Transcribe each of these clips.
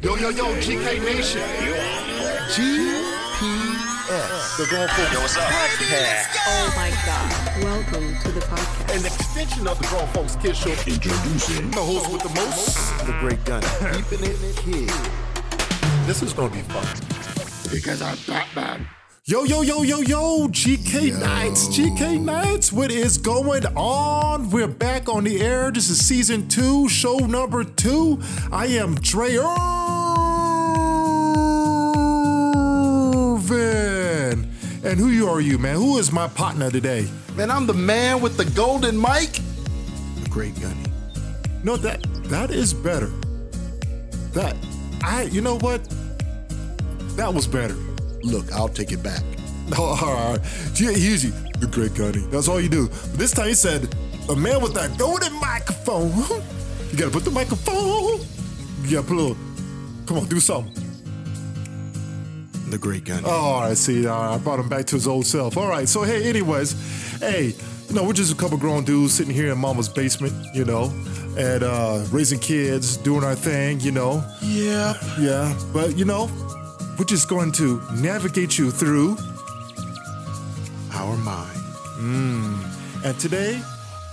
yo, yo, GK Nation. GPS. The Grown Folks Podcast. Oh my God. Welcome to the podcast. An extension of the Grown Folks Kids Show. Introducing the host with the most. The Great Gun. Keeping it here. This is gonna be fun. Because I'm Batman. Yo, yo, yo, yo, yo, GK Nights, GK Nights, what is going on? We're back on the air. This is season two, show number two. I am Dre Irvin. And who are you, man? Who is my partner today? Man, I'm the man with the golden mic. The Great Gunny. No, that that is better. That I you know what? That was better. Look, I'll take it back. All right. You- Usually, the great Gunny. That's all you do. But this time he said, a man with that golden microphone. You gotta put the microphone. You gotta put a little. Come on, do something. The Great Gunny. Oh, all right, see, all right, I brought him back to his old self. All right, so hey, anyways, hey, you know, we're just a couple grown dudes sitting here in mama's basement, you know, and uh, raising kids, doing our thing, you know. Yep. Yeah, but you know, we're just going to navigate you through. Our mind. And today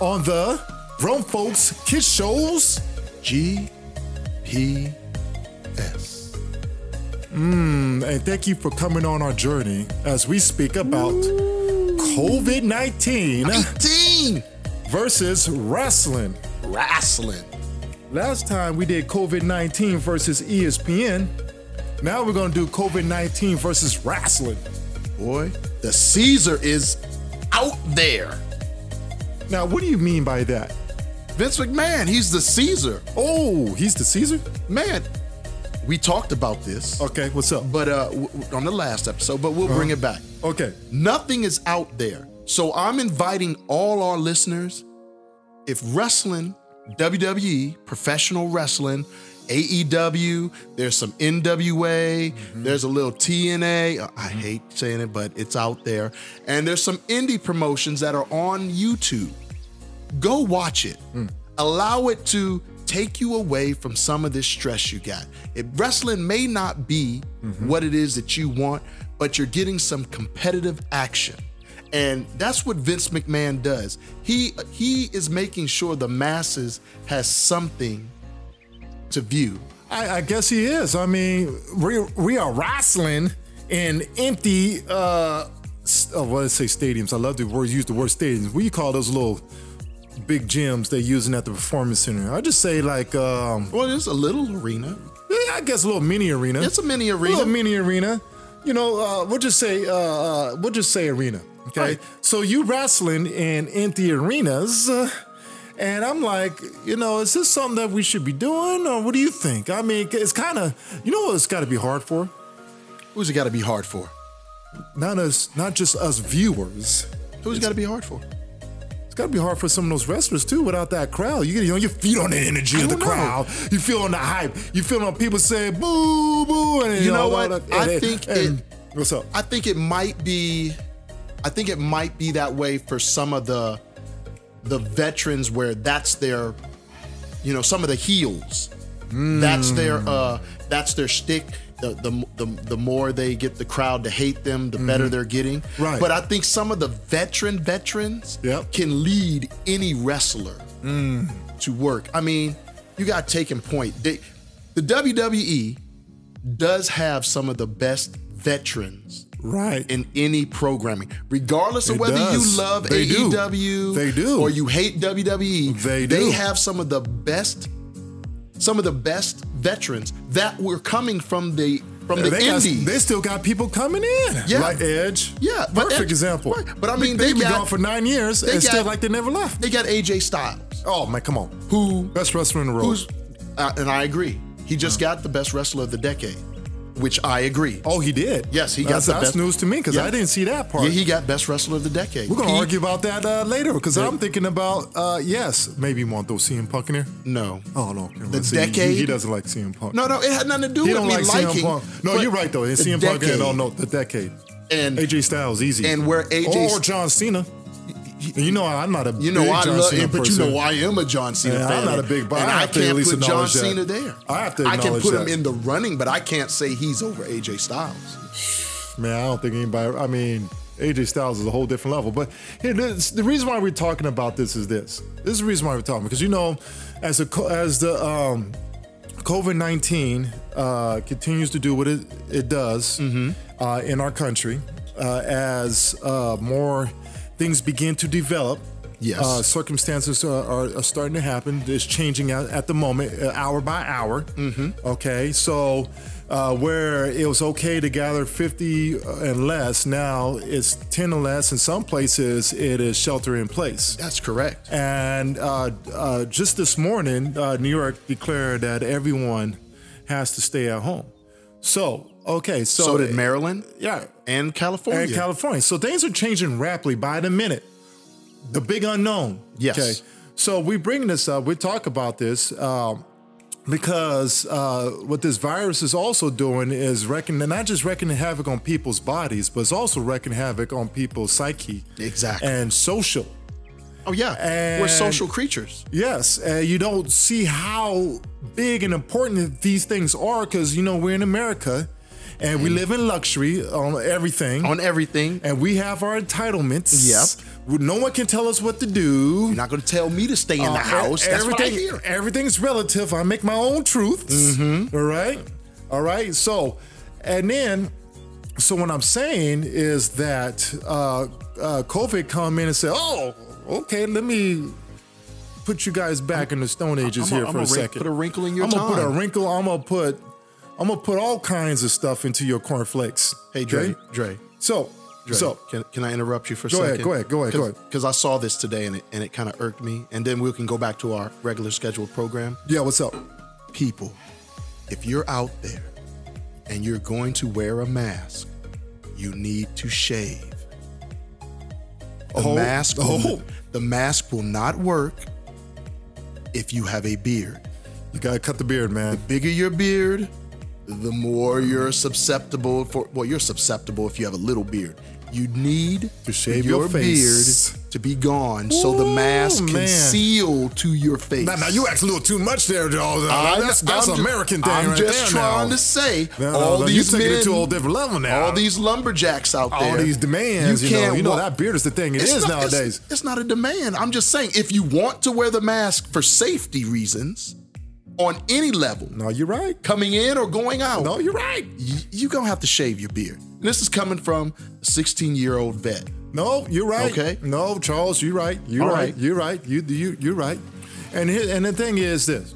on the Grown Folks Kids Shows, GPS. Mm, and thank you for coming on our journey as we speak about COVID 19 18. versus wrestling. Wrestling. Last time we did COVID 19 versus E ESPN. Now we're going to do COVID 19 versus wrestling. Boy, the Caesar is out there. Now, what do you mean by that? Vince McMahon, he's the Caesar. Oh, he's the Caesar? Man, we talked about this, Okay, what's up? but uh, w- w- on the last episode, but we'll bring it back. Okay. Nothing is out there. So I'm inviting all our listeners if wrestling, WWE, professional wrestling, AEW, there's some NWA, there's a little TNA. uh, I hate saying it, but it's out there. And there's some indie promotions that are on YouTube. Go watch it. Allow it to take you away from some of this stress you got. It, wrestling may not be what it is that you want, but you're getting some competitive action. And that's what Vince McMahon does. He he is making sure the masses has something to view. I, I guess he is. I mean, we we are wrestling in empty. Uh, s- oh, well, let's say stadiums. I love to word, use the word stadiums. What do you call those little big gyms they're using at the performance center? I just say like, um, Well, it's a little arena. yeah, I guess a little mini arena. It's a mini A little arena. mini arena. You know, uh, we'll just say uh, uh, we'll just say arena. Okay. Right. So you wrestling in empty arenas, uh, and I'm like, you know, is this something that we should be doing, or what do you think? I mean, it's kind of, you know, what it's got to be hard for Who's it got to be hard for? not us, not just us viewers. Who's it got to be hard for? It's got to be hard for some of those wrestlers too without that crowd. You get you know, your feet on the energy I of the don't know. crowd. You feel on the hype. You feel on people saying boo boo, and You know all what? that- I and- think and- it- what's up? I think it might be I think it might be that way for some of the the veterans where that's their you know some of the heels that's their uh that's their shtick the, the the the more they get the crowd to hate them the better they're getting Right. but I think some of the veteran veterans Yep. can lead any wrestler to work I mean you got taken point they, the WWE does have some of the best veterans Right. in any programming, regardless of It whether does. you love They do. AEW, They do. or you hate WWE. They do. They have some of the best, some of the best veterans that were coming from the from the they, got, indies. they still got people coming in. Yeah. Like Edge. Yeah, but Perfect Edge- example. right. But I mean, they've they been got- gone for nine years they and still got- like they never left. they got AJ Styles, oh man, come on. who Best wrestler in the world. who's uh, and I agree. He just got the best wrestler of the decade, which I agree. Oh, he did. Yes, he got that's, the that's best- news to me because Yeah. I didn't see that part. Yeah, he got best wrestler of the decade. We're gonna Pete- argue about that uh, later because I'm thinking about uh, yes, maybe want those CM Punk in here. No, Oh no, The See, he- decade? He, doesn't like CM Punk. no, no. It had nothing to do he with don't me like CM liking. Punk. No, but you're right though. It's the CM Punk. decade. and all no, the decade. And AJ Styles easy. and where AJ or John Cena. And you know, I'm not a You know, big I John love, Cena him, but you person. know, I am a John Cena Yeah, I'm fan. not a big- but I and have I to at can't least put John acknowledge that. Cena there. I have to I can acknowledge put him that. in the running, but I can't say he's over AJ Styles. Man, I don't think anybody. I mean, AJ Styles is a whole different level. But here, this, the reason why we're talking about this is this. This is the reason why we're talking because you know, as the co- as the um, COVID nineteen uh, continues to do what it it does Mm-hmm. uh, in our country, uh, as uh, more things begin to develop. Yes. Uh, circumstances are, are, are starting to happen. It's changing at, at the moment, uh, hour by hour. Mm-hmm. Okay, so uh, where it was okay to gather 50 and less, now it's 10 and less. In some places, it is shelter in place. That's correct. And uh, uh, just this morning, uh, New York declared that everyone has to stay at home. So, okay, so, So, did Maryland Yeah, and California. and California. So things are changing rapidly by the minute. The big unknown. Yes. So we bring this up. We talk about this um, because uh, what this virus is also doing is wrecking, not just wrecking havoc on people's bodies, but it's also wrecking havoc on people's psyche Exactly. and social. oh yeah, we're and- social creatures. Yes, uh, you don't see how big and important these things are because you know we're in America, and we Mm. live in luxury on everything. on everything. and we have our entitlements. Yep. We- No one can tell us what to do. You're not going to tell me to stay in Uh, the house. That's what I everything, hear. Mm-hmm. Everything's relative. I make my own truths. All right. All right. So, and then, so what I'm saying is that uh, uh, COVID come in and say, "Oh, okay, let me." Put you guys back in the Stone Ages I'm a- here I'm for a a, wrin- second. put a wrinkle in your I'm gonna put a time. wrinkle. I'm gonna put. I'm gonna put all kinds of stuff into your cornflakes. Hey, Dre, Okay? Dre, So, Dre, so can, can I interrupt you for a Go ahead, second? go ahead, go ahead, go ahead. Because I saw this today and it, and it kind of irked me. And then we can go back to our regular scheduled program. yeah, what's up? People, if you're out there and you're going to wear a mask, you need to shave. The Oh, mask, oh. will, the mask will not work if you have a beard. You gotta cut the beard, man. bigger your beard, the more you're susceptible for. Well, you're susceptible if you have a little beard. You need To shave your, your face. beard to be gone so the Ooh, mask can man. seal to your face. Now, now you act a little too much there, Joe. I'm- That's, that's I'm an ju- American thing I'm right just there trying now. to say No, no, all no, these you taking men, it to a whole different level now. all these lumberjacks out all there, these demands, you, know, can't you know wa- that beard is the thing. It It's is not- it's- nowadays. It's, not a demand. I'm just saying, if you want to wear the mask for safety reasons, on any level, No, you're right. coming in or going out, No, you're right. you're gonna have to shave your beard. And this is coming from a 16 year old vet. No, you're right. Okay. No, Charles, you're right. You're All right. right. You're right. You you you're right. And here, and the thing is this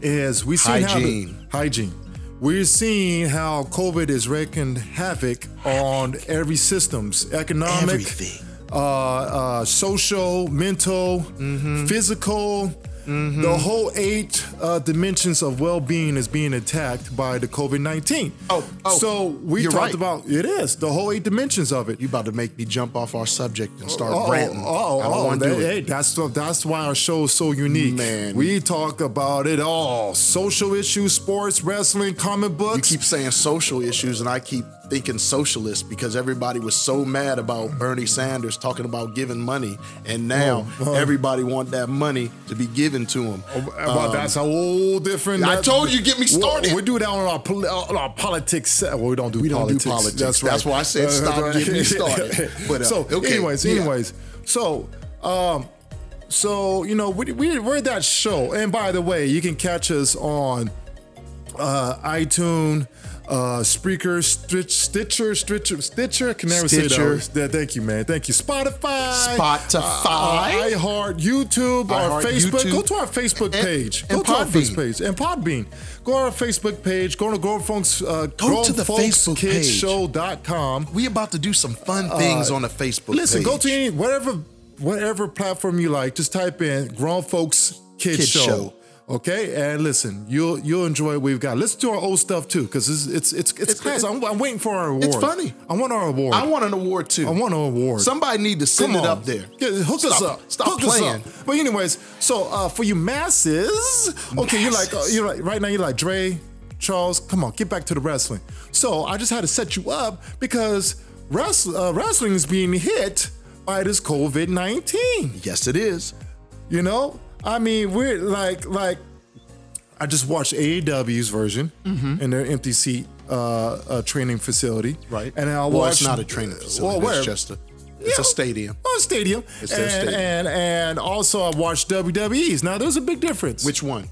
is we seen Hygiene. how the, hygiene. We're seeing how COVID is wreaking havoc on every systems, economic, Everything. uh, uh, social, mental, Mm-hmm. physical. The whole eight uh, dimensions of well-being is being attacked by the COVID nineteen. Oh, oh, so we you're talked right. about it is the whole eight dimensions of it. You about to make me jump off our subject and start Oh, ranting. Oh, I oh, don't oh want to that- do it. hey, that's what, that's why our show is so unique. Man. we talk about it all: social issues, sports, wrestling, comic You books. keep saying social issues, and I keep thinking socialist because everybody was so mad about Bernie Sanders talking about giving money, and now Oh, uh-huh. oh. everybody want that money to be given to them. well, that's a whole different. Um, I that- told you, get me Well, started. We, do that on our, poli- uh, on our politics. se- Well, we don't do We don't do politics. politics. That's right. That's why I said Uh, stop right. getting me started. But, uh, so, okay, anyways, yeah. anyways, so. Um, so you know we, we we're that show, and by the way, you can catch us on uh, iTunes, uh, Spreaker, Stitch, Stitcher, Stitcher, Stitcher. I Can never Stitcher. say that. Yeah, Thank you, man. Thank you, Spotify, Spotify. uh, iHeart, YouTube, our iHeart, Facebook. YouTube. Go to our Facebook And- page. and go to our Podbean. Facebook page and Podbean. Go to our Facebook page. Go to Grown Folks. Uh, Go to the Facebook page. grownfolkskidshow.com. We about to do some fun things on the Facebook. Uh, Listen, go page. to any whatever whatever platform you like. Just type in Grown Folks Kids, Kids Show. Show. Okay, and listen, you'll you'll enjoy what we've got. Listen to our old stuff too, because it's it's it's it's, It's- class. I'm, I'm waiting for our award. It's funny. I want our award. I want an award too. I want an award. Somebody need to send it up there. Yeah, hook us Stop- up. Stop hook playing. Us up. But anyways, so uh, for you masses, okay, you're like uh, Masses. you're like right now you're like Dre, Charles, come on, get back to the wrestling. So I just had to set you up because wrestl- uh, wrestling is being hit by this COVID 19. Yes, it is. You know, I mean, we're like, like, I just watched AEW's version Mm-hmm. in their empty seat uh, uh, training facility. Right. and then I well, watched. it's not a training facility. Well, where? it's just a, it's Yeah. a stadium, Oh, stadium. It's and, their stadium. and and also I watched WWE's. Now there's a big difference. Which one?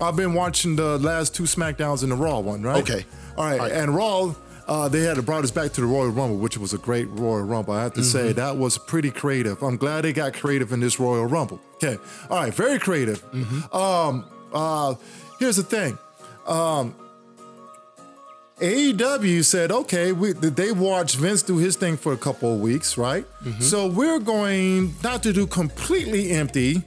I've been watching the last two SmackDowns and the Raw one, right? Okay. All right. All right. And Raw, uh, they had brought us back to the Royal Rumble, which was a great Royal Rumble. I have to say, Mm-hmm. that was pretty creative. I'm glad they got creative in this Royal Rumble. Okay. All right. Very creative. Mm-hmm. Um, uh, here's the thing. AEW E said, okay, we, they watched Vince do his thing for a couple of weeks, right? Mm-hmm. So we're going not to do completely empty.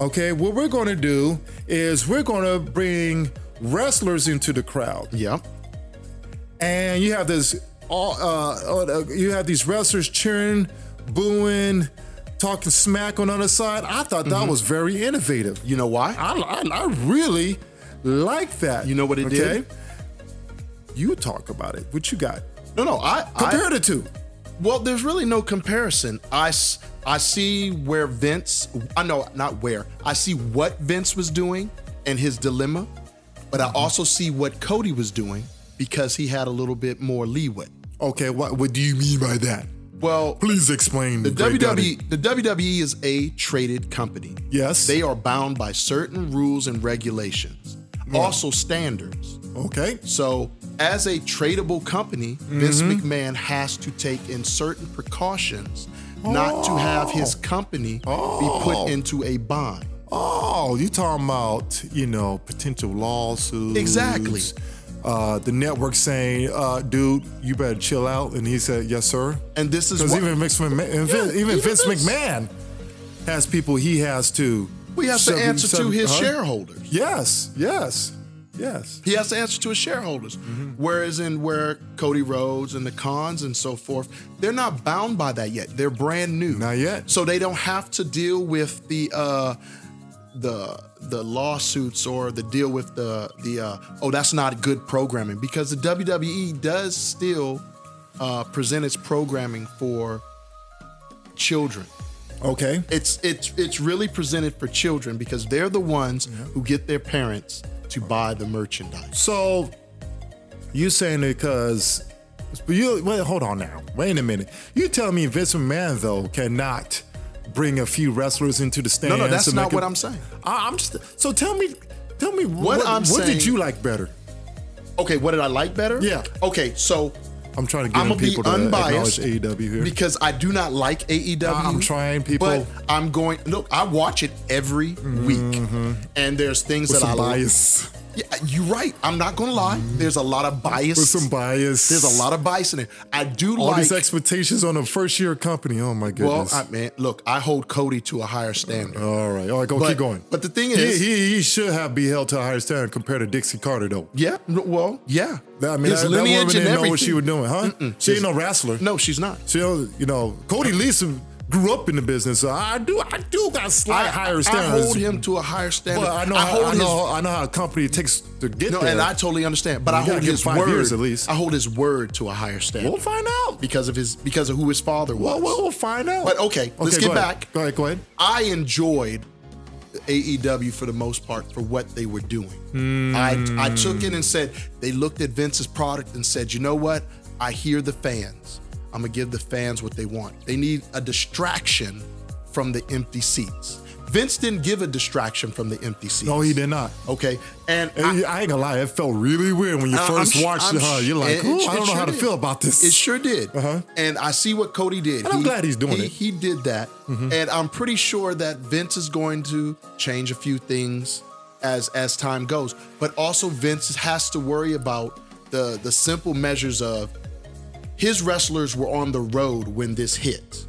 Okay, what we're going to do is we're going to bring wrestlers into the crowd Yep. and you have this all uh, uh, you have these wrestlers cheering, booing, talking smack on the other side. I thought Mm-hmm. that was very innovative. You know why? I, I, I really like that. You know what it did? You talk about it. What you got? No, no. I Compare I, the two. Well, there's really no comparison. I, s- I see where Vince, I know not where, I see what Vince was doing and his dilemma, but I also see what Cody was doing because he had a little bit more leeway. Okay, what what do you mean by that? Well, Please explain. the E, Great Daddy. WWE, the WWE is a traded company. Yes. They are bound by certain rules and regulations, also standards. Okay. So, as a tradable company, Vince Mm-hmm. McMahon has to take in certain precautions not to have his company be put into a bind. Oh, you talking about you know potential lawsuits? Exactly. Uh, the network saying, uh, "Dude, you better chill out," and he said, "Yes, sir." And this is Because what even Vince, McMahon, and Vin- even, even Vince, Vince. McMahon has people he has to. we have to sub- answer to sub- his huh? shareholders. Yes, yes, yes. He has to answer to his shareholders. Mm-hmm. Whereas in where Cody Rhodes and the cons and so forth, they're not bound by that yet. They're brand new. Not yet. So they don't have to deal with the uh the the lawsuits or the deal with the the uh, oh that's not good programming because the WWE does still uh, present its programming for children Okay. it's it's it's really presented for children because they're the ones who get their parents to buy the merchandise. So you saying it because, but you wait, hold on now. Wait a minute. You telling me Vince McMahon though cannot bring a few wrestlers into the stands? No, no, that's to not make what it- I'm saying. I, I'm just. So tell me, tell me what what, I'm what did saying- you like better? Okay, what did I like better? Yeah. Okay, so I'm trying to I'm get gonna be people to acknowledge unbiased AEW here. because I do not like AEW. I'm trying, people. Mm-hmm. But I'm going. Look, I watch it every week, and there's things With that I some like. bias. Mm-hmm. Yeah, you're right. I'm not gonna lie. There's a lot of bias. With some bias. There's a lot of bias in it. I do All like. these expectations on a first year company. Oh my well, goodness. I, man, look, I hold Cody to a higher standard. all right, all right, go but, Uh, keep going. But the thing he, is, he, he should have be held to a higher standard compared to Dixie Carter though. Yeah. no- Well, yeah. That- I mean, that, that woman didn't know what she was doing, huh? She ain't no wrestler. No, she's not. She, don't- you know, Cody Lisa grew up in the business, so I do, I do got slight higher I standards. hold him to a higher standard. but I know, I how, hold I his. know, I know how a company takes to get no, there. and I totally understand. But I You gotta hold give his five word. years at least. I hold his word to a higher standard. we'll find out. because of his because of who his father was. Well, we'll, we'll find out. But okay, let's go get ahead. back. Go ahead, go ahead. I enjoyed AEW for the most part for what they were doing. I, I Hmm. took it and said, they looked at Vince's product and said, you know what? I hear the fans. I'm going to give the fans what they want. They need a distraction from the empty seats. Vince didn't give a distraction from the empty seats. No, he did not. Okay. And And I- I, ain't gonna lie, it felt really weird when you I- first Uh, I'm sh- watched I'm it. Huh? sh- You're like, it- "Ooh, it I don't know sure how to did. feel about this. It sure did. Uh-huh. And I see what Cody did. And I'm glad he's doing he- it. Mm-hmm. He did that. And I'm pretty sure that Vince is going to change a few things as as time goes. But also Vince has to worry about the the simple measures of his wrestlers were on the road when this hit.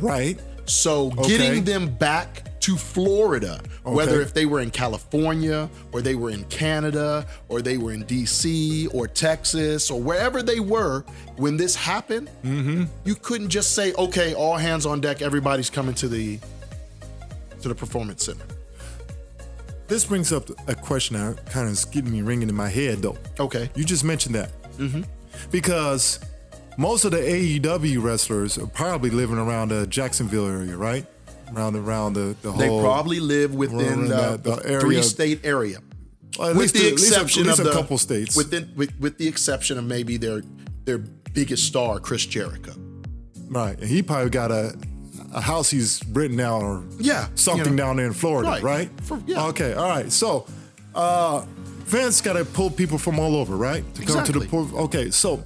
right? So Okay. getting them back to Florida, whether Okay. if they were in California or they were in Canada or they were in DC or Texas or wherever they were when this happened, Mm-hmm. you couldn't just say, "Okay, all hands on deck, everybody's coming to the to the performance center." This brings up a question that kind of is getting me ringing in my head, though. Okay. You just mentioned that. Because most of the AEW wrestlers are probably living around the Jacksonville area, right? Around around the, the They whole. probably live within around the, Oh, that- the area. three state area. Well, at least with the at least a- at exception least of a the- couple states. Within with, with the exception of maybe their their biggest star, Chris Jericho. right, and he probably got a a house he's written down or Yeah, something you know. down there in Florida, Right. right? For- yeah. Okay, all right. So uh, Vince got to pull people from all over, right, to come to Exactly. the port. Okay, so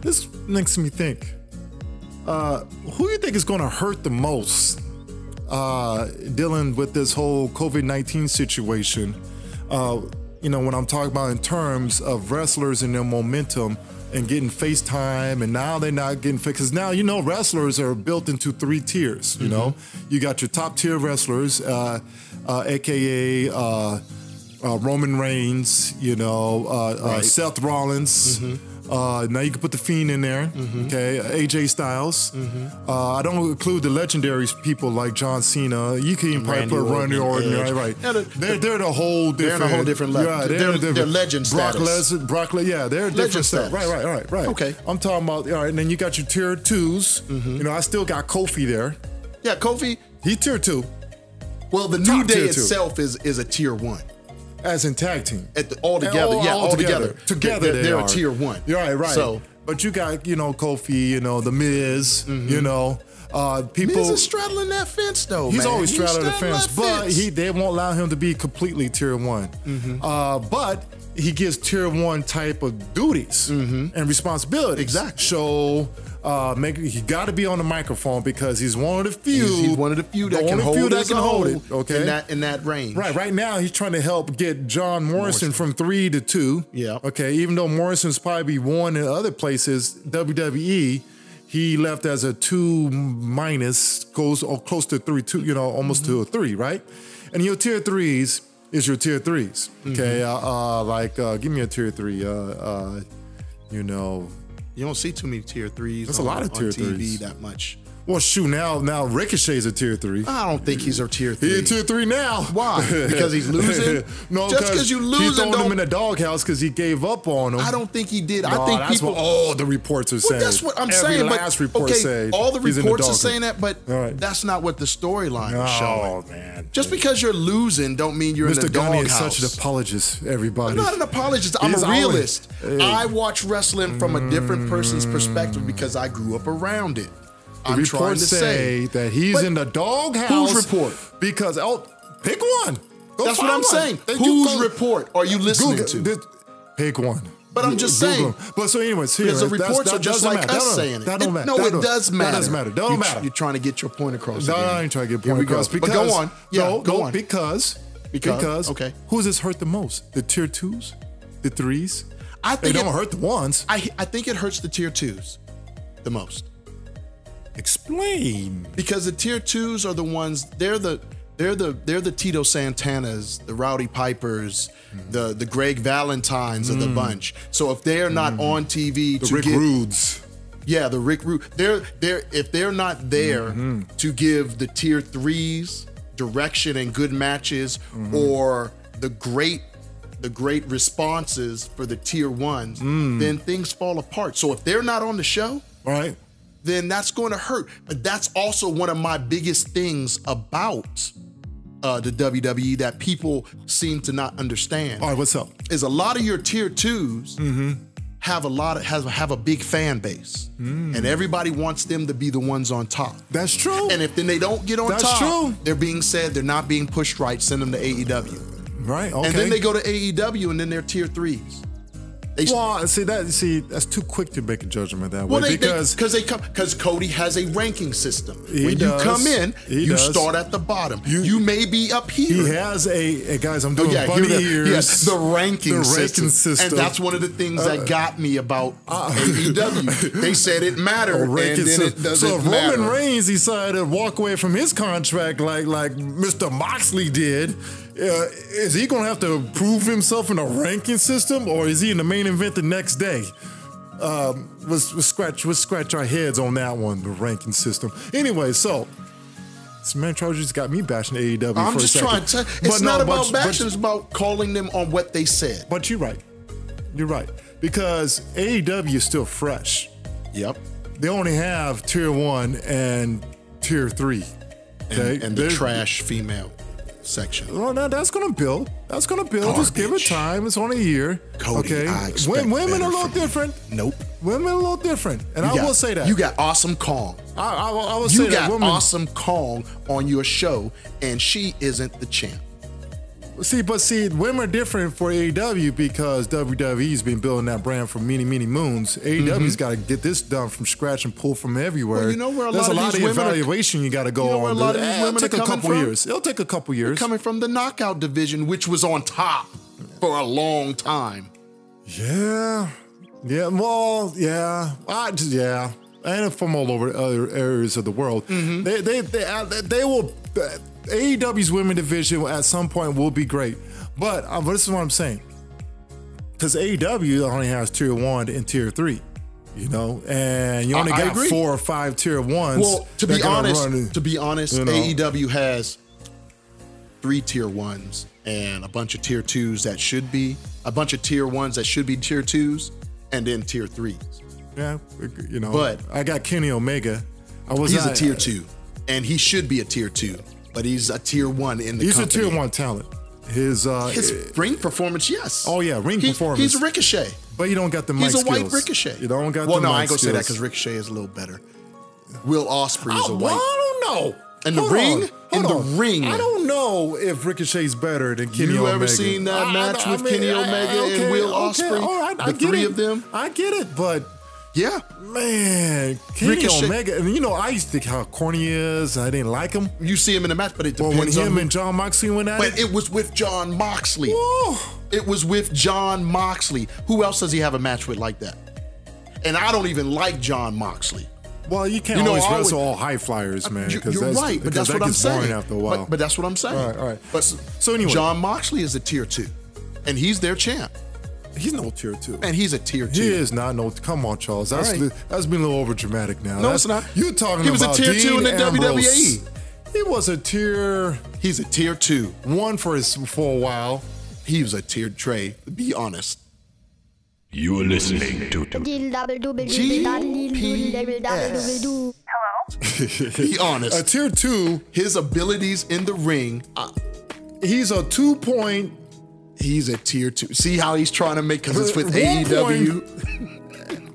this makes me think. Uh, who you think is going to hurt the most uh, dealing with this whole COVID 19 situation. Uh, you know, when I'm talking about in terms of wrestlers and their momentum and getting FaceTime, and now they're not getting because now you know wrestlers are built into three tiers. You know, Mm-hmm. you got your top tier wrestlers, uh, uh, aka. Uh, uh, Roman Reigns, you know, uh, uh, Right. Mm-hmm. Seth Rollins. Uh, now you can put the Fiend in there, okay? AJ Styles. Mm-hmm. Uh, I don't include the legendary people like John Cena. You can even probably Randy put Randy Orton, Orton, right? Edge. right. Yeah, the- they're they're the whole on a different. whole different level. Yeah, They're- they're, they're different. legend Brock status. Lesnar, Brock. Le- yeah, they're different stuff. status. Right, right, right, right. Okay. Mm-hmm. I'm talking about all right. And then you got your tier 2s You know, I still got Kofi there. Yeah, Kofi. He tier two, Well, the New Top Day tier two. itself is is a tier one. as in tag team. At the, all together, yeah, all together. Oh, Together, they they're, they're are. a tier one. You're right, right. So but you got you know Kofi, you know the Miz, you know uh, people. Mm-hmm. Miz is straddling that fence though. He's man. always straddling the straddling fence, that but fence. Mm-hmm. he they won't allow him to be completely tier one. Uh, but he gives tier one type of duties and responsibilities. Mm-hmm. Exactly. So uh, make he got to be on the microphone because he's one of the few. He's, he's one of the few that one can of the hold few that his can hold own it. Okay. in that in that range. Right, right now he's trying to help get John Morrison, from three to two. Yeah. Okay, even though Morrison's probably one in other places, WWE, he left as a two minus, goes or close to three, two, you know, almost to a three, right? And your tier threes is your tier 3s Okay, uh, uh, like uh, give me a tier three. Uh, uh, you know, You don't see too many tier threes. That's a on, lot of on tier TV threes. that much. well, shoot, now now Ricochet's a tier three. I don't think he's a tier three. He a tier three now. Why? Because he's losing? no, Just 'cause you he losing throwing don't- him in the doghouse because he gave up on him. I don't think he did. No, I think that's people. what all the reports are well, saying. that's what I'm Every saying. Last but report okay, say all the he's in reports are doghouse. saying that, but All right. that's not what the storyline is showing. Oh man, Just because you're losing, don't mean you're in the Mr. Gunny is doghouse. such an apologist. Everybody, I'm not an apologist. I'm He's a always- realist. I watch wrestling from a different person's perspective because I grew up around it. The I'm trying to reports say, say that he's But in the doghouse. whose report? Because oh, pick one. Go That's find what I'm one. saying. Then you Whose go- report are you listening Google- to? did- pick one. But I'm just Google saying- them. But so, anyways, here, Because the that's- reports that are just doesn't like matter. That us don't- saying it. That don't matter. No, That it don't- does matter. That doesn't matter. That You're don't tr- matter. You're trying to get your point across. No, again. I ain't trying to get Here point we go. across. But Because, go on. Yeah, no, go no, on. Because, Because, okay. Who's this hurt the most? The tier twos, the threes. I They think don't it, hurt the ones. I I think it hurts the tier twos the most Explain. because the tier twos are the ones they're the they're the they're the Tito Santanas, the Rowdy Pipers, Mm. the the Greg Valentines of the bunch. So if they're not on TV Mm-hmm. The to Rick get Rudes. Yeah, the Rick Rude. They're they're if they're not there Mm-hmm. to give the tier threes direction and good matches Mm-hmm. or the great the great responses for the tier ones, Mm. then things fall apart. So if they're not on the show, All right. then that's going to hurt. But that's also one of my biggest things about uh, the WWE that people seem to not understand All right. What's up? is a lot of your tier 2s Mm-hmm. have a lot of has have a big fan base, Mm. and everybody wants them to be the ones on top. That's true. And if then they don't get on That's top, true. they're being said they're not being pushed right. Send them to AEW, right. Okay. and then they go to AEW, and then they're tier threes. They Well, see that. See, that's too quick to make a judgment that Well, way they, because because they, come because Cody has a ranking system. He when does. you come in, He you does. start at the bottom. You, You- may be up here. he has a, a guys. I'm Oh, doing yeah, bunny here it is. ears. Yes, the ranking, the ranking system. system. Uh, and that's one of the things that got me about AEW. They said it mattered, or and rank then it. So- it doesn't so if matter. Roman Reigns decided to walk away from his contract like like Mr. Moxley did, uh, is he going to have to prove himself in a ranking system, or is he in the main event the next day? Um, let's, let's scratch let's scratch our heads on that one, the ranking system. Anyway, so. This man Trojan just got me bashing AEW I'm for just a second. trying to. But It's no, not but- about but- bashing. It's about calling them on what they said. but you're right. You're right. Because AEW E is still fresh. Yep. They only have tier one and tier three. Okay? And, and the They're- trash female section. Well, now that's gonna build. That's gonna build. Just give it Garbage. time. It's only a year. Cody, okay. I expect Wo- women better are a little from you. different. Nope. Women are a little different, and I You got- will say that. You got Awesome Kong. I, I, will- I will say You that got women. Awesome Kong on your show, and she isn't the champ. See, but see, women are different for AEW because WWE's been building that brand for many, many moons. E AEW's got to get this done from scratch and pull from everywhere. Mm-hmm. Well, you know where a There's lot a of lot of, these women are- evaluation you got to go You know on. Eh, where a lot of It'll these women are take a coming couple from? years. It'll take a couple years. Coming from the knockout division, which was on top for a long time. Yeah, yeah. Well, yeah. I just, yeah. And from all over other areas of the world, Mm-hmm. they they they, uh, they they will. Uh, AEW's women division at some point will be great, but uh, this is what I'm saying. Because AEW only has tier one and tier three, you know, and you only I- I got agree. four or five tier ones. Well, to that be gonna honest, run- to be honest, you know. AEW has three tier ones and a bunch of tier twos that should be a bunch of tier ones that should be tier twos, and then tier threes. yeah, you know. But- I got Kenny Omega. I was He's not, a tier two, and he should be a tier two, but he's a tier one in the. He's a company. tier one talent. His uh, His ring performance, yes. Oh, yeah, ring performance. He's a Ricochet. But you don't got the mic He's a skills. white Ricochet. You don't got Well, the no, mic I ain't gonna say that skills. because Ricochet is a little better. Will Osprey is Oh, a well, white. I don't know. In the Hold on. ring? In Hold the on. ring. I don't know if Ricochet's better than Kenny You Omega. ever seen that match with Kenny Omega and Will Ospreay? all right, I The get three it. of them? I get it, but Yeah. man, Kenny Ricochet- Omega. And you know, I used to think how corny he is. and I didn't like him. You see him in the match, but it But depends when on. him who- and John Moxley went at but it, it was with John Moxley. woo, It was with John Moxley. Who else does he have a match with like that? And I don't even like John Moxley. well, you can't You know, always I always- wrestle all high flyers, man. You- 'cause You're that's, right, but because that's that what I'm gets saying. boring after a But- while. But, that's what I'm saying. All right, all right. But So anyway- John Moxley is a tier two, and he's their champ, he's no tier two. and he's a tier two. He is not no. Come on, Charles. That's All right. that's been a little over dramatic now. No, That's- it's not. You're talking He was a about tier Dean two in the E. Ambrose. WWE. He was a tier He's a tier two. one for his for a while. He was a tier Trey. Be honest. You're listening to GPS. Be A honest. tier two. His abilities in the ring, uh, He's a two point. he's a tier two. See how he's trying to make because it's with E At one AEW.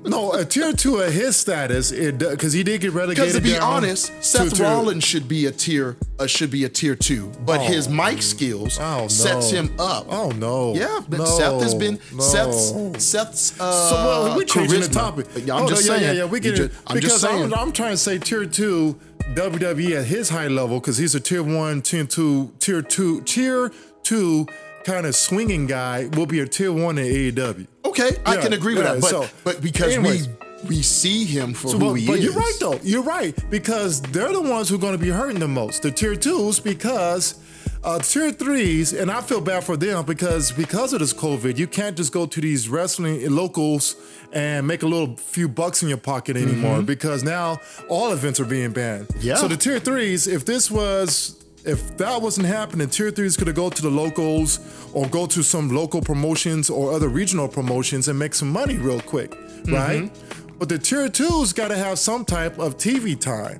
No, a tier two at his status. It because he did get relegated. Because to be down honest, to Seth tier- Rollins should be a tier uh, should be a tier two, but his mic skills Oh, no. sets him up. Oh no. Yeah, but no, Seth has been no. Seth's Seth's uh, So well, we're changing the charisma. topic. But yeah, I'm Oh, no, just yeah, saying. Yeah, yeah, we You get it. ju- I'm because just saying. I'm, I'm trying to say tier two WWE at his high level because he's a tier one, tier two, tier two, tier two kind of swinging guy will be a E tier one in AEW. okay, I Yeah, can agree with yeah, that, but so- but because anyways. we we see him for So, who but, he but is. you're right though. You're right because they're the ones who are going to be hurting the most. The tier twos because uh, tier threes, and I feel bad for them because because of this COVID, you can't just go to these wrestling locals and make a little few bucks in your pocket anymore because now all events are being banned. Mm-hmm. Yeah. So the tier threes, if this was. If that wasn't happening, tier threes could have go to the locals or go to some local promotions or other regional promotions and make some money real quick, right? But the tier two's got to have some type of TV time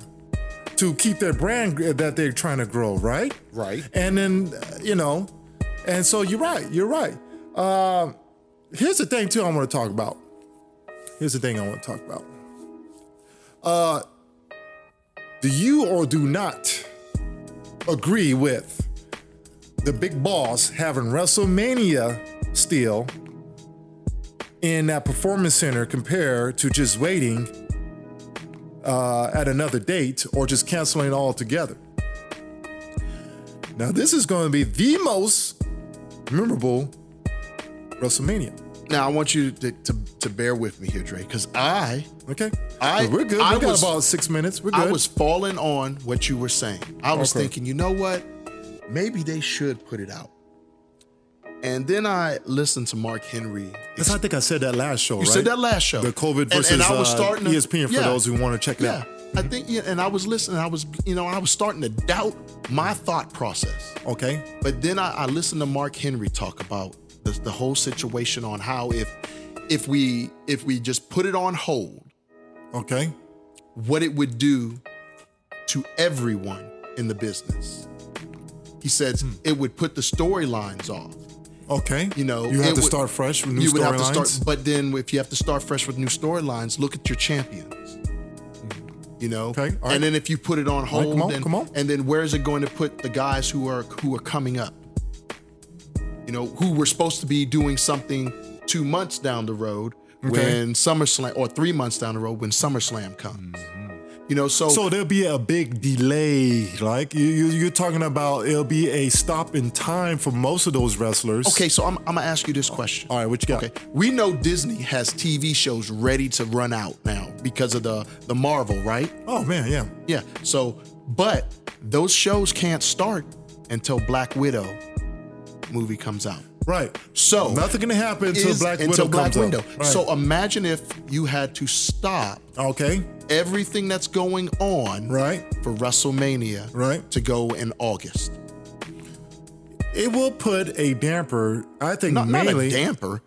to keep their brand that they're trying to grow, right? Right. And then uh, you know, and so you're right. You're right. Um, here's the thing too. I want to talk about. Here's the thing I want to talk about. Uh, do you or do not agree with the big boss having WrestleMania still in that performance center compared to just waiting uh, at another date or just canceling altogether. Now, this is going to be the most memorable WrestleMania. Now I want you to to, to bear with me here, Dre, because I Okay, I- we're good. I we got was- about six minutes. We're good. I was falling on what you were saying. I was Okay. thinking, you know what? Maybe they should put it out. And then I listened to Mark Henry. Yes, I think I said that last show. You right? said that last show. The COVID Oh. And- and versus I was uh, starting to- ESPN for yeah. those who want to check it Yeah, out. I think, yeah, and I was listening. I was, you know, I was starting to doubt my thought process. Okay, But then I, I listened to Mark Henry talk about the, the whole situation on how if if we if we just put it on hold Okay. what it would do to everyone in the business. He says it would put the storylines off. Okay. You know, you it have to would- start fresh with new You would have to start, storylines. but then if you have to start fresh with new storylines, look at your champions. You know, Hmm. Okay, all right. and then if you put it on right, hold, come on, and, come on. and then where is it going to put the guys who are who are coming up? You know, who were supposed to be doing something two months down the road when SummerSlam, or three months down the road when SummerSlam comes. You know, Mm-hmm. So there'll be a big delay. Like you, you, you're talking about, it'll be a stop in time for most of those wrestlers. Okay, so I'm, I'm gonna ask you this question. All right, what you got? Okay, we know Disney has TV shows ready to run out now because of the the Marvel, right? Oh man, yeah. Yeah. So, but those shows can't start until Black Widow movie comes out. Right. So Nothing gonna happen until is- Black until Widow Black comes out. Widow. Right. So uh, imagine if you had to stop Okay. everything that's going on Right. for WrestleMania Right. to go in August. It will put a damper. I think Not, not mainly. a damper.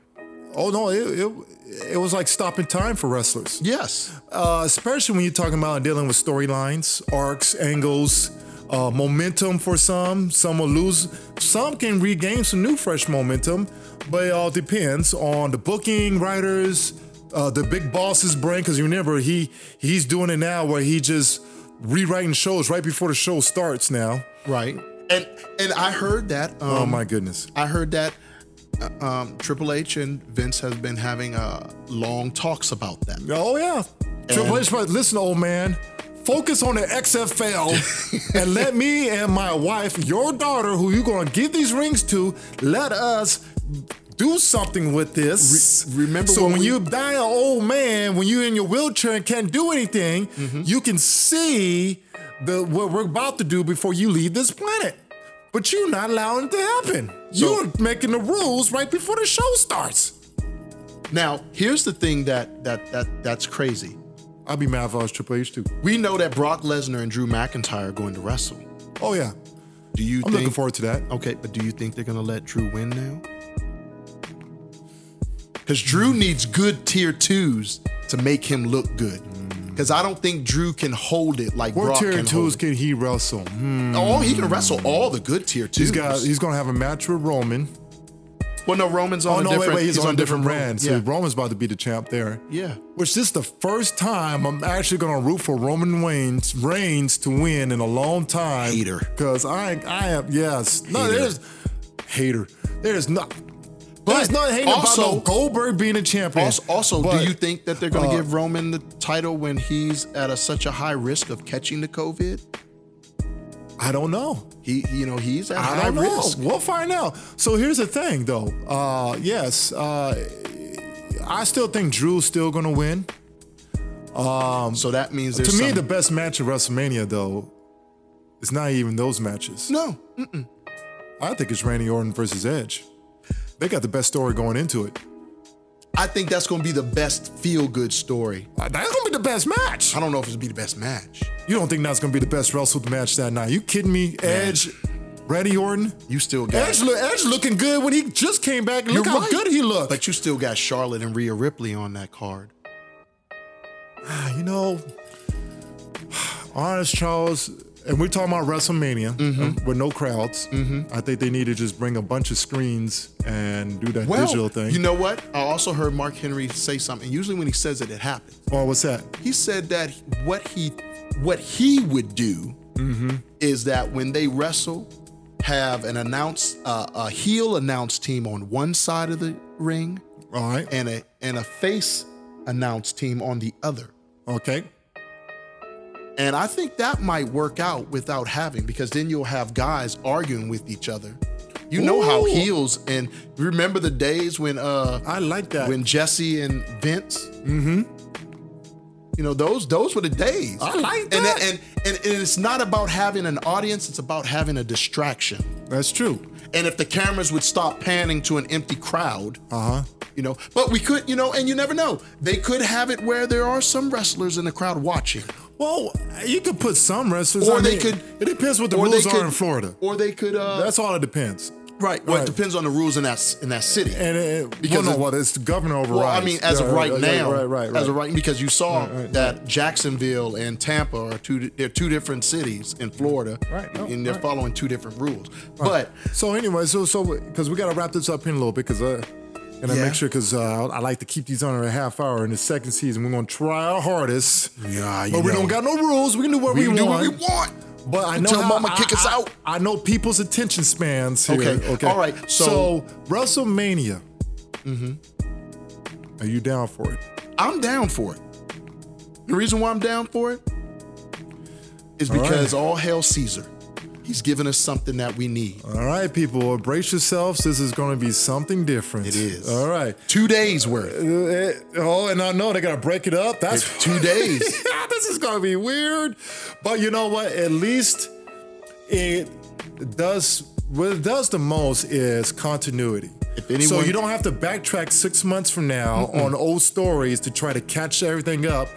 oh no, it, it it was like stopping time for wrestlers. Yes. uh, especially when you're talking about dealing with storylines, arcs, angles, uh, momentum for some. Some will lose. Some can regain some new fresh momentum, but it all depends on the booking, writers, uh, the big boss's brain. Because remember, he he's doing it now where he just rewriting shows right before the show starts now. Right. And and I heard that. Um, oh my goodness. I heard that uh, um, Triple H and Vince has been having uh, long talks about that. Oh yeah. Triple H, but listen, old man, focus on the XFL and let me and my wife, your daughter, who you're gonna give these rings to, let us do something with this. Re- remember so when when we- you die an old man, when you're in your wheelchair and can't do anything, Mm-hmm. you can see the what we're about to do before you leave this planet. But you're not allowing it to happen. So- you're making the rules right before the show starts. Now, here's the thing that that that that's crazy. I'd be mad if I was Triple H too. We know that Brock Lesnar and Drew McIntyre are going to wrestle. Oh yeah. Do you I'm think? looking forward to that. okay, but do you think they're going to let Drew win now? Because Drew needs good tier twos to make him look good. Because I don't think Drew can hold it like Mm. What Brock tier can twos hold it. can he wrestle? Hmm. Oh, he can wrestle all the good tier twos. He's got. He's gonna have a match with Roman. well, no, Roman's on Oh a no, wait, different. wait. He's, on, a different road. brand. Yeah. So Roman's about to be the champ there. Yeah. Which this is the first time I'm actually gonna root for Roman Reigns, Reigns to win in a long time. Hater. Because I, I am. Yes. No, Hater. there's hater. There's not. But there's nothing hating also- about no Goldberg being a champion. Also, also But- do you think that they're going to uh, give Roman the title when he's at a, such a high risk of catching the COVID? I don't know. He, he- you know, he's at I high don't know. risk. We'll find out. So here's the thing, though. Uh, yes, uh, I still think Drew's still gonna win. So that means there's to me, some- the best match at WrestleMania, though, is not even those matches. no. I think it's Randy Orton versus Edge. They got the best story going into it. I think that's going to be the best feel good story. Uh, That's gonna be the best match. I don't know if it's going to be the best match. You don't think that's gonna be the best wrestled match that night? You kidding me? Edge, Randy Orton. You still got Edge, look, Edge looking good when he just came back. Look You're how right. good he looked. but you still got Charlotte and Rhea Ripley on that card. Ah, you know, honest Charles, and we're talking about WrestleMania um, Mm-hmm. with no crowds. I think they need to just bring a bunch of screens and do that digital thing. you know what? I also heard Mark Henry say something. Usually, when he says it, it happens. oh, what's that? he said that what he what he would do is that when they wrestle have an announce uh, a heel announce team on one side of the ring All right. and a and a face announce team on the other okay. and i think that might work out without having because then you'll have guys arguing with each other you know how Ooh. heels and remember the days when uh I like that. when Jesse and Vince. Mm-hmm. You know, those those were the days. I like And, that. and, and, and it's not about having an audience, it's about having a distraction. That's true. And if the cameras would stop panning to an empty crowd, Uh huh. you know, but we could, you know, and you never know. They could have it where there are some wrestlers in the crowd watching. Well, you could put some wrestlers. Or I they mean, could- It depends what the or they rules could- are in Florida. Or they could uh That's all it depends. right. Well, Right. it depends on the rules in that s- in that city. And it, Because because well, it- no, what it's the governor over. Well, I mean, as of right now, right, right, right. as of right, because you saw Right, right, that Jacksonville and Tampa are two. They're two different cities in Florida, Right, no, and they're right. following two different rules. But So anyway, so so because we gotta wrap this up in a little bit because uh, and I Yeah. make sure because uh, I like to keep these under a half hour. In the second season, we're gonna try our hardest. Yeah, you but we know. don't got no rules. We can do what we, we, do want. what we want. But I know Until how, mama I- kick us I- out. I know people's attention spans. Here. Okay, Okay. all right, so- So, WrestleMania. Mm-hmm. Are you down for it? I'm down for it. The reason why I'm down for it is All right. because all hail Caesar. He's given us something that we need. All right, people, brace yourselves. This is going to be something different. It is. All right. Two days worth. Uh, eh, Oh, and I know they got to break it up. That's Two days. yeah, this is gonna be weird. But you know what? At least it does what it does the most is continuity. If anyone- so you don't have to backtrack six months from now on old stories to try to catch everything up.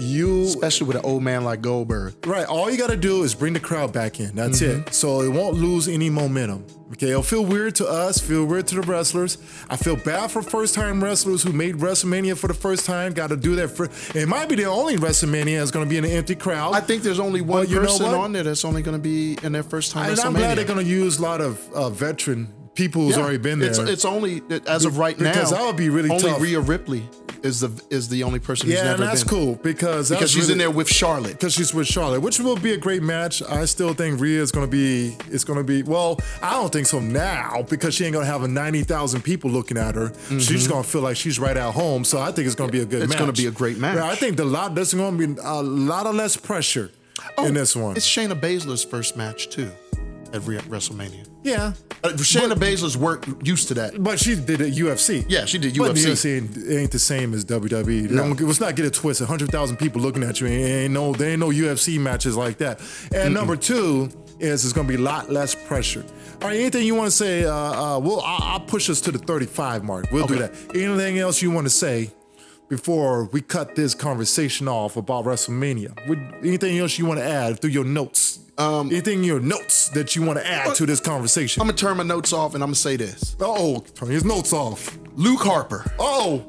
You Especially with an old man like Goldberg. right, all you gotta do is bring the crowd back in. That's Mm-hmm. it. So it won't lose any momentum. Okay, it'll feel weird to us, feel weird to the wrestlers. I feel bad for first-time wrestlers who made WrestleMania for the first time. Got to do that for. It might be the only WrestleMania that's going to be in an empty crowd. I think there's only one But you know person what? on there that's only going to be in their first time. And I'm WrestleMania. glad they're going to use a lot of uh, veteran people who's Yeah. already been there. It's, it's only as of right now. Because that would be really only tough. Rhea Ripley is the is the only person. who's yeah, and never that's been. cool because because she's in there with Charlotte. because she's with Charlotte, which will be a great match. I still think Rhea is going to be. It's going to be. Well, I don't think so now because she ain't going to have a ninety thousand people looking at her. She's going to feel like she's right at home. So I think it's going to be a good. Mm-hmm. It's match. gonna be a great match. Yeah, I think the lot. There's going to be a lot of less pressure in this one. Oh, It's Shayna Baszler's first match too at Re- WrestleMania. Yeah, Uh, Shayna Baszler's work used to that. But she did it UFC. Yeah, she did But the UFC. UFC ain't, ain't the same as E. WWE. No. No. Let's not get it twisted. Hundred thousand people looking at you. Ain't, ain't no, there ain't no UFC matches like that. And number two is it's gonna be a lot less pressure. All right, anything you want to say? Uh, uh, we'll I, I'll push us to the thirty-five mark. We'll do Okay. that. Anything else you want to say before we cut this conversation off about WrestleMania? Would, anything else you want to add through your notes? Um, anything in your notes that you want to add to this conversation? uh, I'm gonna turn my notes off and I'm gonna say this: oh, turn his notes off. Luke Harper. Oh,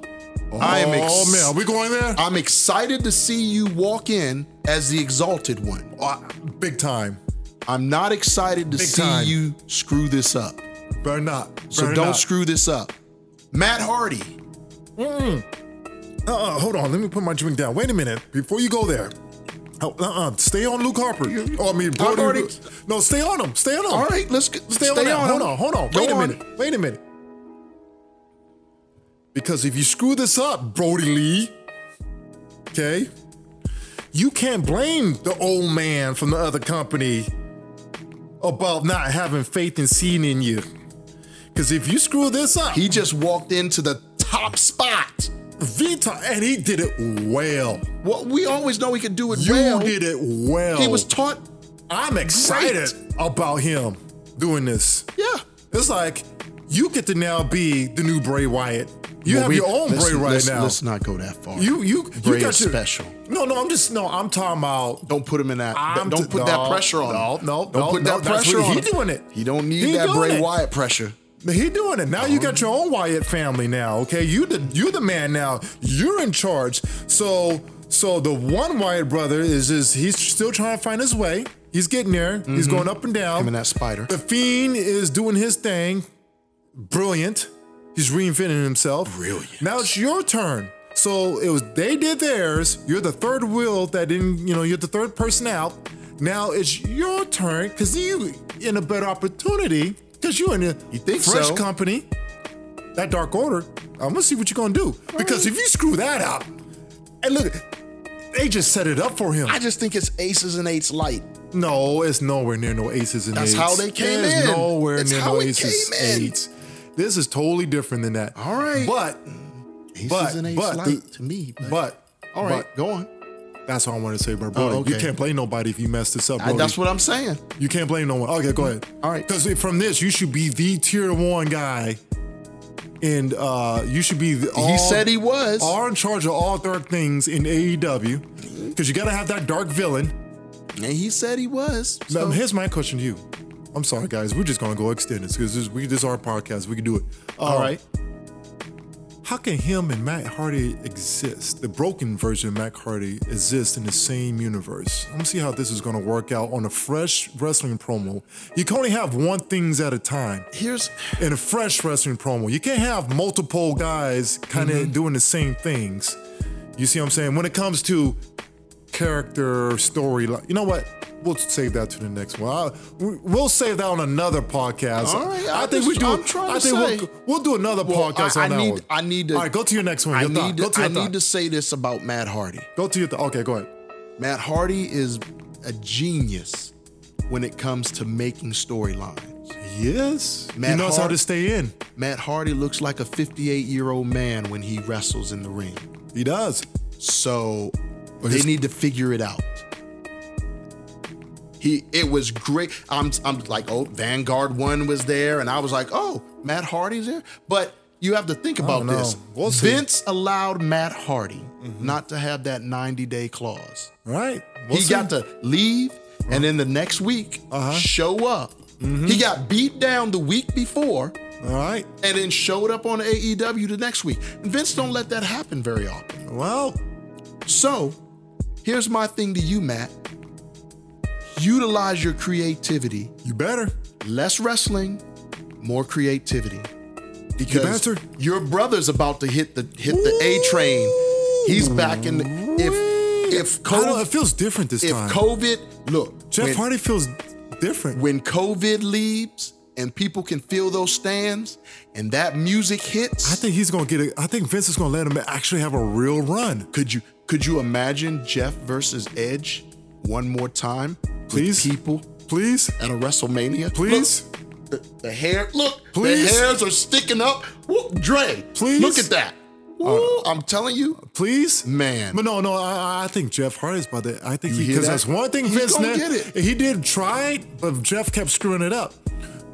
I am ex- oh man, are we going there? I'm excited to see you walk in as the Exalted One. Uh, big time. I'm not excited to Big see time. you screw this up. Better not. So Better don't not. screw this up. Matt Hardy. Uh, uh, hold on. Let me put my drink down. Wait a minute. Before you go there. Oh, uh-uh. Stay on Luke Harper. Oh, I mean, Brody. already- No, stay on him. Stay on him. All right, let's get, Stay, on, that. Hold him. on. Hold on. Go Wait a minute. Wait a minute. Because if you screw this up, Brody Lee, okay, you can't blame the old man from the other company about not having faith and seeing in you. Because if you screw this up, He just walked into the top spot. Vita, and he did it well. Well, we always know he could do it You well. did it well. He was taught. I'm excited about him doing this. Yeah. It's like you get to now be the new Bray Wyatt. You Well, have we- your own let's- Bray right let's- now. Let's not go that far. you you Bray you got is your, special. No, no, I'm just no. I'm talking about. Don't put him in that. I'm don't t- put that no, pressure on him. no, no, Don't no, put no, that that's pressure what- on he him. doing it. He don't need He that doing Bray it. Wyatt pressure. He doing it now. You got your own Wyatt family now. Okay, you the you the man now. You're in charge. So so the one Wyatt brother is is he's still trying to find his way. He's getting there. He's going up and down. Him and that spider. The Fiend is doing his thing. Brilliant. He's reinventing himself. Brilliant. Now it's your turn. So it was they did theirs. You're the third wheel that didn't, you know, you're the third person out. Now it's your turn because you in a better opportunity because you're in a You think fresh so? company. That Dark Order. I'm gonna see what you're gonna do because if you screw that up, and look, they just set it up for him. I just think it's aces and eights light. No, it's nowhere near no aces and That's eights. how they came It's in. nowhere It's near how no it aces came in. eights. This is totally different than that. All right. but Aces but and eights but light the- to me. But, but all right, go on. but that's what I want to say, bro. Oh, You okay. can't blame nobody if you mess this up. I- Brody. that's what I'm saying. you can't blame no one. Okay, go ahead. All right. because from this you should be the tier one guy, and uh you should be. The, all, he said he was. are in charge of all dark things in E AEW because you gotta have that dark villain. And he said he was. Now, So- here's my question to you. I'm I'm sorry, guys. We're just gonna go extend this because this, we this is our podcast. We can do it. Uh, oh. All right. How can him and Matt Hardy exist? The broken version of Matt Hardy exists in the same universe. I'm gonna see how this is gonna work out on a fresh wrestling promo. You can only have one things at a time Here's in a fresh wrestling promo. You can't have multiple guys kind of Mm-hmm. doing the same things. You see what I'm saying? When it comes to character storyline, you know what? We'll save that to the next one. I'll- we- we'll save that on another podcast. All right, I, I'm think we just- do. I'm trying I to think say- we'll, we'll do another Well, podcast I- on I that need- one. I need to- All right, go to your next one. I Your thought. need to, go to I your need thought. to say this about Matt Hardy. Go to your thought. Okay, go ahead. Matt Hardy is a genius when it comes to making storylines. Yes. Matt he knows how Hart- to stay in. Matt Hardy looks like a 58 year old man when he wrestles in the ring. He does. So But they his- need to figure it out. He it was great. I'm I'm like, oh, Vanguard One was there, and I was like, oh, Matt Hardy's there. But you have to think about know. this. We'll see. Mm-hmm. Vince allowed Matt Hardy not to have that 90 day clause. All right. he got to leave, and then the next week Uh-huh. show up. Mm-hmm. He got beat down the week before, All right. and then showed up on AEW the next week. And Vince don't let that happen very often. Well, So, here's my thing to you, Matt. Utilize your creativity. you better. Less wrestling, more creativity. Because better. your brother's about to hit the hit the A train. He's back in. The, if if I don't- it COVID, feels different this if time. COVID, look, Jeff when, Hardy feels different. when COVID leaves and people can feel those stands and that music hits, I think he's gonna get it. I think Vince is gonna let him actually have a real run. Could you could you imagine Jeff versus Edge one more time? with Please? people Please, at a WrestleMania. please, Look, the, the hair. Look, Please? the hairs are sticking up. Woo, Dre, Please? look at that. Woo, I'm telling you, please, Man. But no, no, I, I- I think Jeff Hardy's about to. I think You hear because that? that's one thing He Vince gonna ne- get it. He did try it, but Jeff kept screwing it up.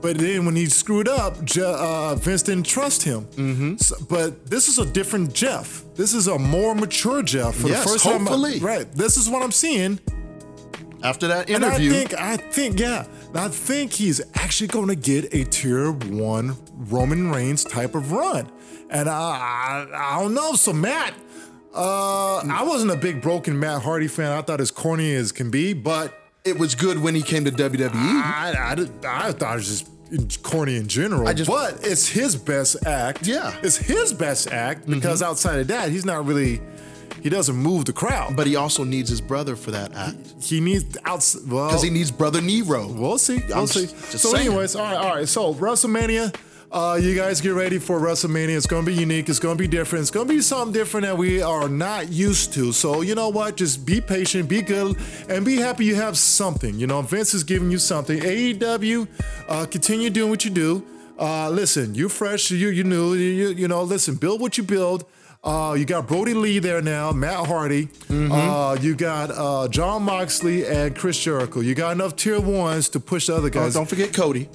But then when he screwed up, Je- uh, Vince didn't trust him. Mm-hmm. but this is a different Jeff. This is a more mature Jeff for Yes, the first hopefully. time. I- Right. This is what I'm seeing. after that And I interview, think, I think, yeah, I think he's actually going to get a tier one Roman Reigns type of run. And I, I, I don't know. So Matt, uh, I wasn't a big broken Matt Hardy fan. I thought as corny as can be, but it was good when he came to E, WWE. I, I, did- I thought it was just corny in general. I just- but it's his best act. Yeah. Mm-hmm. it's his best act because outside of that, he's not really. He doesn't move the crowd, but but he also needs his brother for that act he needs outs. Well, because he needs brother Nero. Oh. We'll see. We'll I'm see. just- just so, saying. anyways, all right, all right. So, WrestleMania. Uh, you guys get ready for WrestleMania. It's gonna be unique. It's gonna be different. It's gonna be something different that we are not used to. So you know what? Just be patient, be good, and be happy you have something. You know, Vince is giving you something. AEW, uh, continue doing what you do. Uh, listen, you fresh, you you new, you, you you know. Listen, build what you build. Uh, you got Brody Lee there now, Matt Hardy. Mm-hmm. Uh, you got uh, John Moxley and Chris Jericho. You got enough tier ones to push the other Oh, guys. don't forget Cody,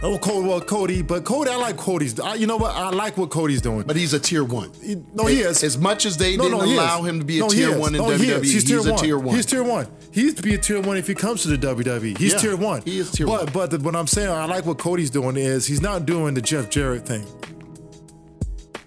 oh, Cody, well, Cody, but Cody, I like Cody's. I, you know what? I like what Cody's doing. but he's a tier one. no, he is. As much as they didn't he is. allow him to be a No, he tier is. one in No, he is. WWE, he's, a tier one. He's tier one. He used to be a tier one if he comes to the WWE. He's Yeah, tier one. he is tier but, one. But the, what I'm saying, I like what Cody's doing is he's not doing the Jeff Jarrett thing.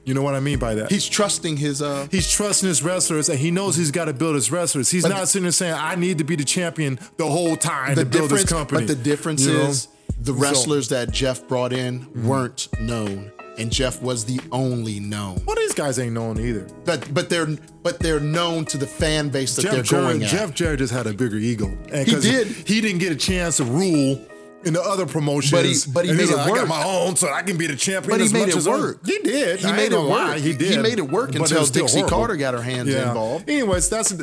You know what I mean by that? he's trusting his uh, He's trusting his wrestlers, and he knows he's got to build his wrestlers. He's But- not sitting there saying, "I need to be the champion the whole time the to build difference, this company." But the difference You know? is the So- wrestlers that Jeff brought in weren't known, and Jeff was the only known. well, these guys ain't known either. But but they're but they're known to the fan base that they're Jeff going Jarrett, at. Jeff Jarrett just had a bigger ego. And He 'cause did. He didn't get a chance to rule in the other promotions. but he And he's made it like, I work. got my own, so I can be the champion. but he as made much it as I-" work. He did. He I made ain't it gonna lie, work. He did. made it work But until was still Dixie horrible. Carter got her hands Yeah. involved. Anyways, that's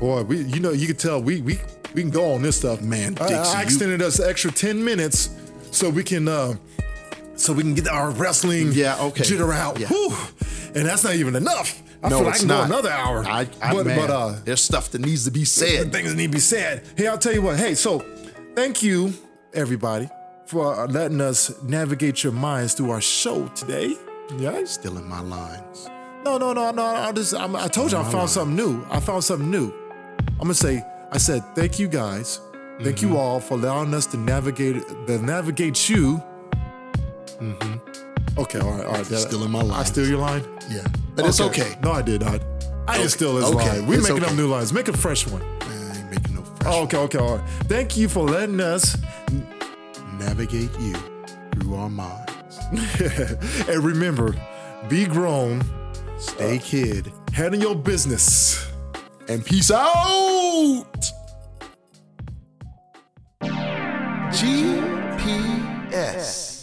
boy. We you know you can tell we we we can go on this stuff, Man, I, Dixie, I you- extended us an extra ten minutes so we can uh, so we can get our wrestling Yeah, okay. jitter out. Yeah. Whew. And that's not even enough. I no, feel like I it's can not go another hour. I, I, but, man, but uh, there's stuff that needs to be and said. things need to be said. Hey, I'll tell you what. Hey, so thank you, everybody, for uh, letting us navigate your minds through our show today. Yes. Still in my lines. No, no, no, no. I just, I'm, I told you, I found something new. I found something new. I'm gonna say, I said, thank you guys Thank Mm-hmm. you all for allowing us to navigate the navigate you. Mm-hmm. Okay, all right, all right. that- Still in my I line. steal your line. yeah, but it's okay. No, I did not. I Okay, didn't steal his okay, line. We're it's making up okay. new lines. Make a fresh one. I ain't making no fresh Oh, Okay, okay, all right. Thank you for letting us. navigate you through our minds. and remember, be grown, Stay kid handle your business. and peace out. GPS.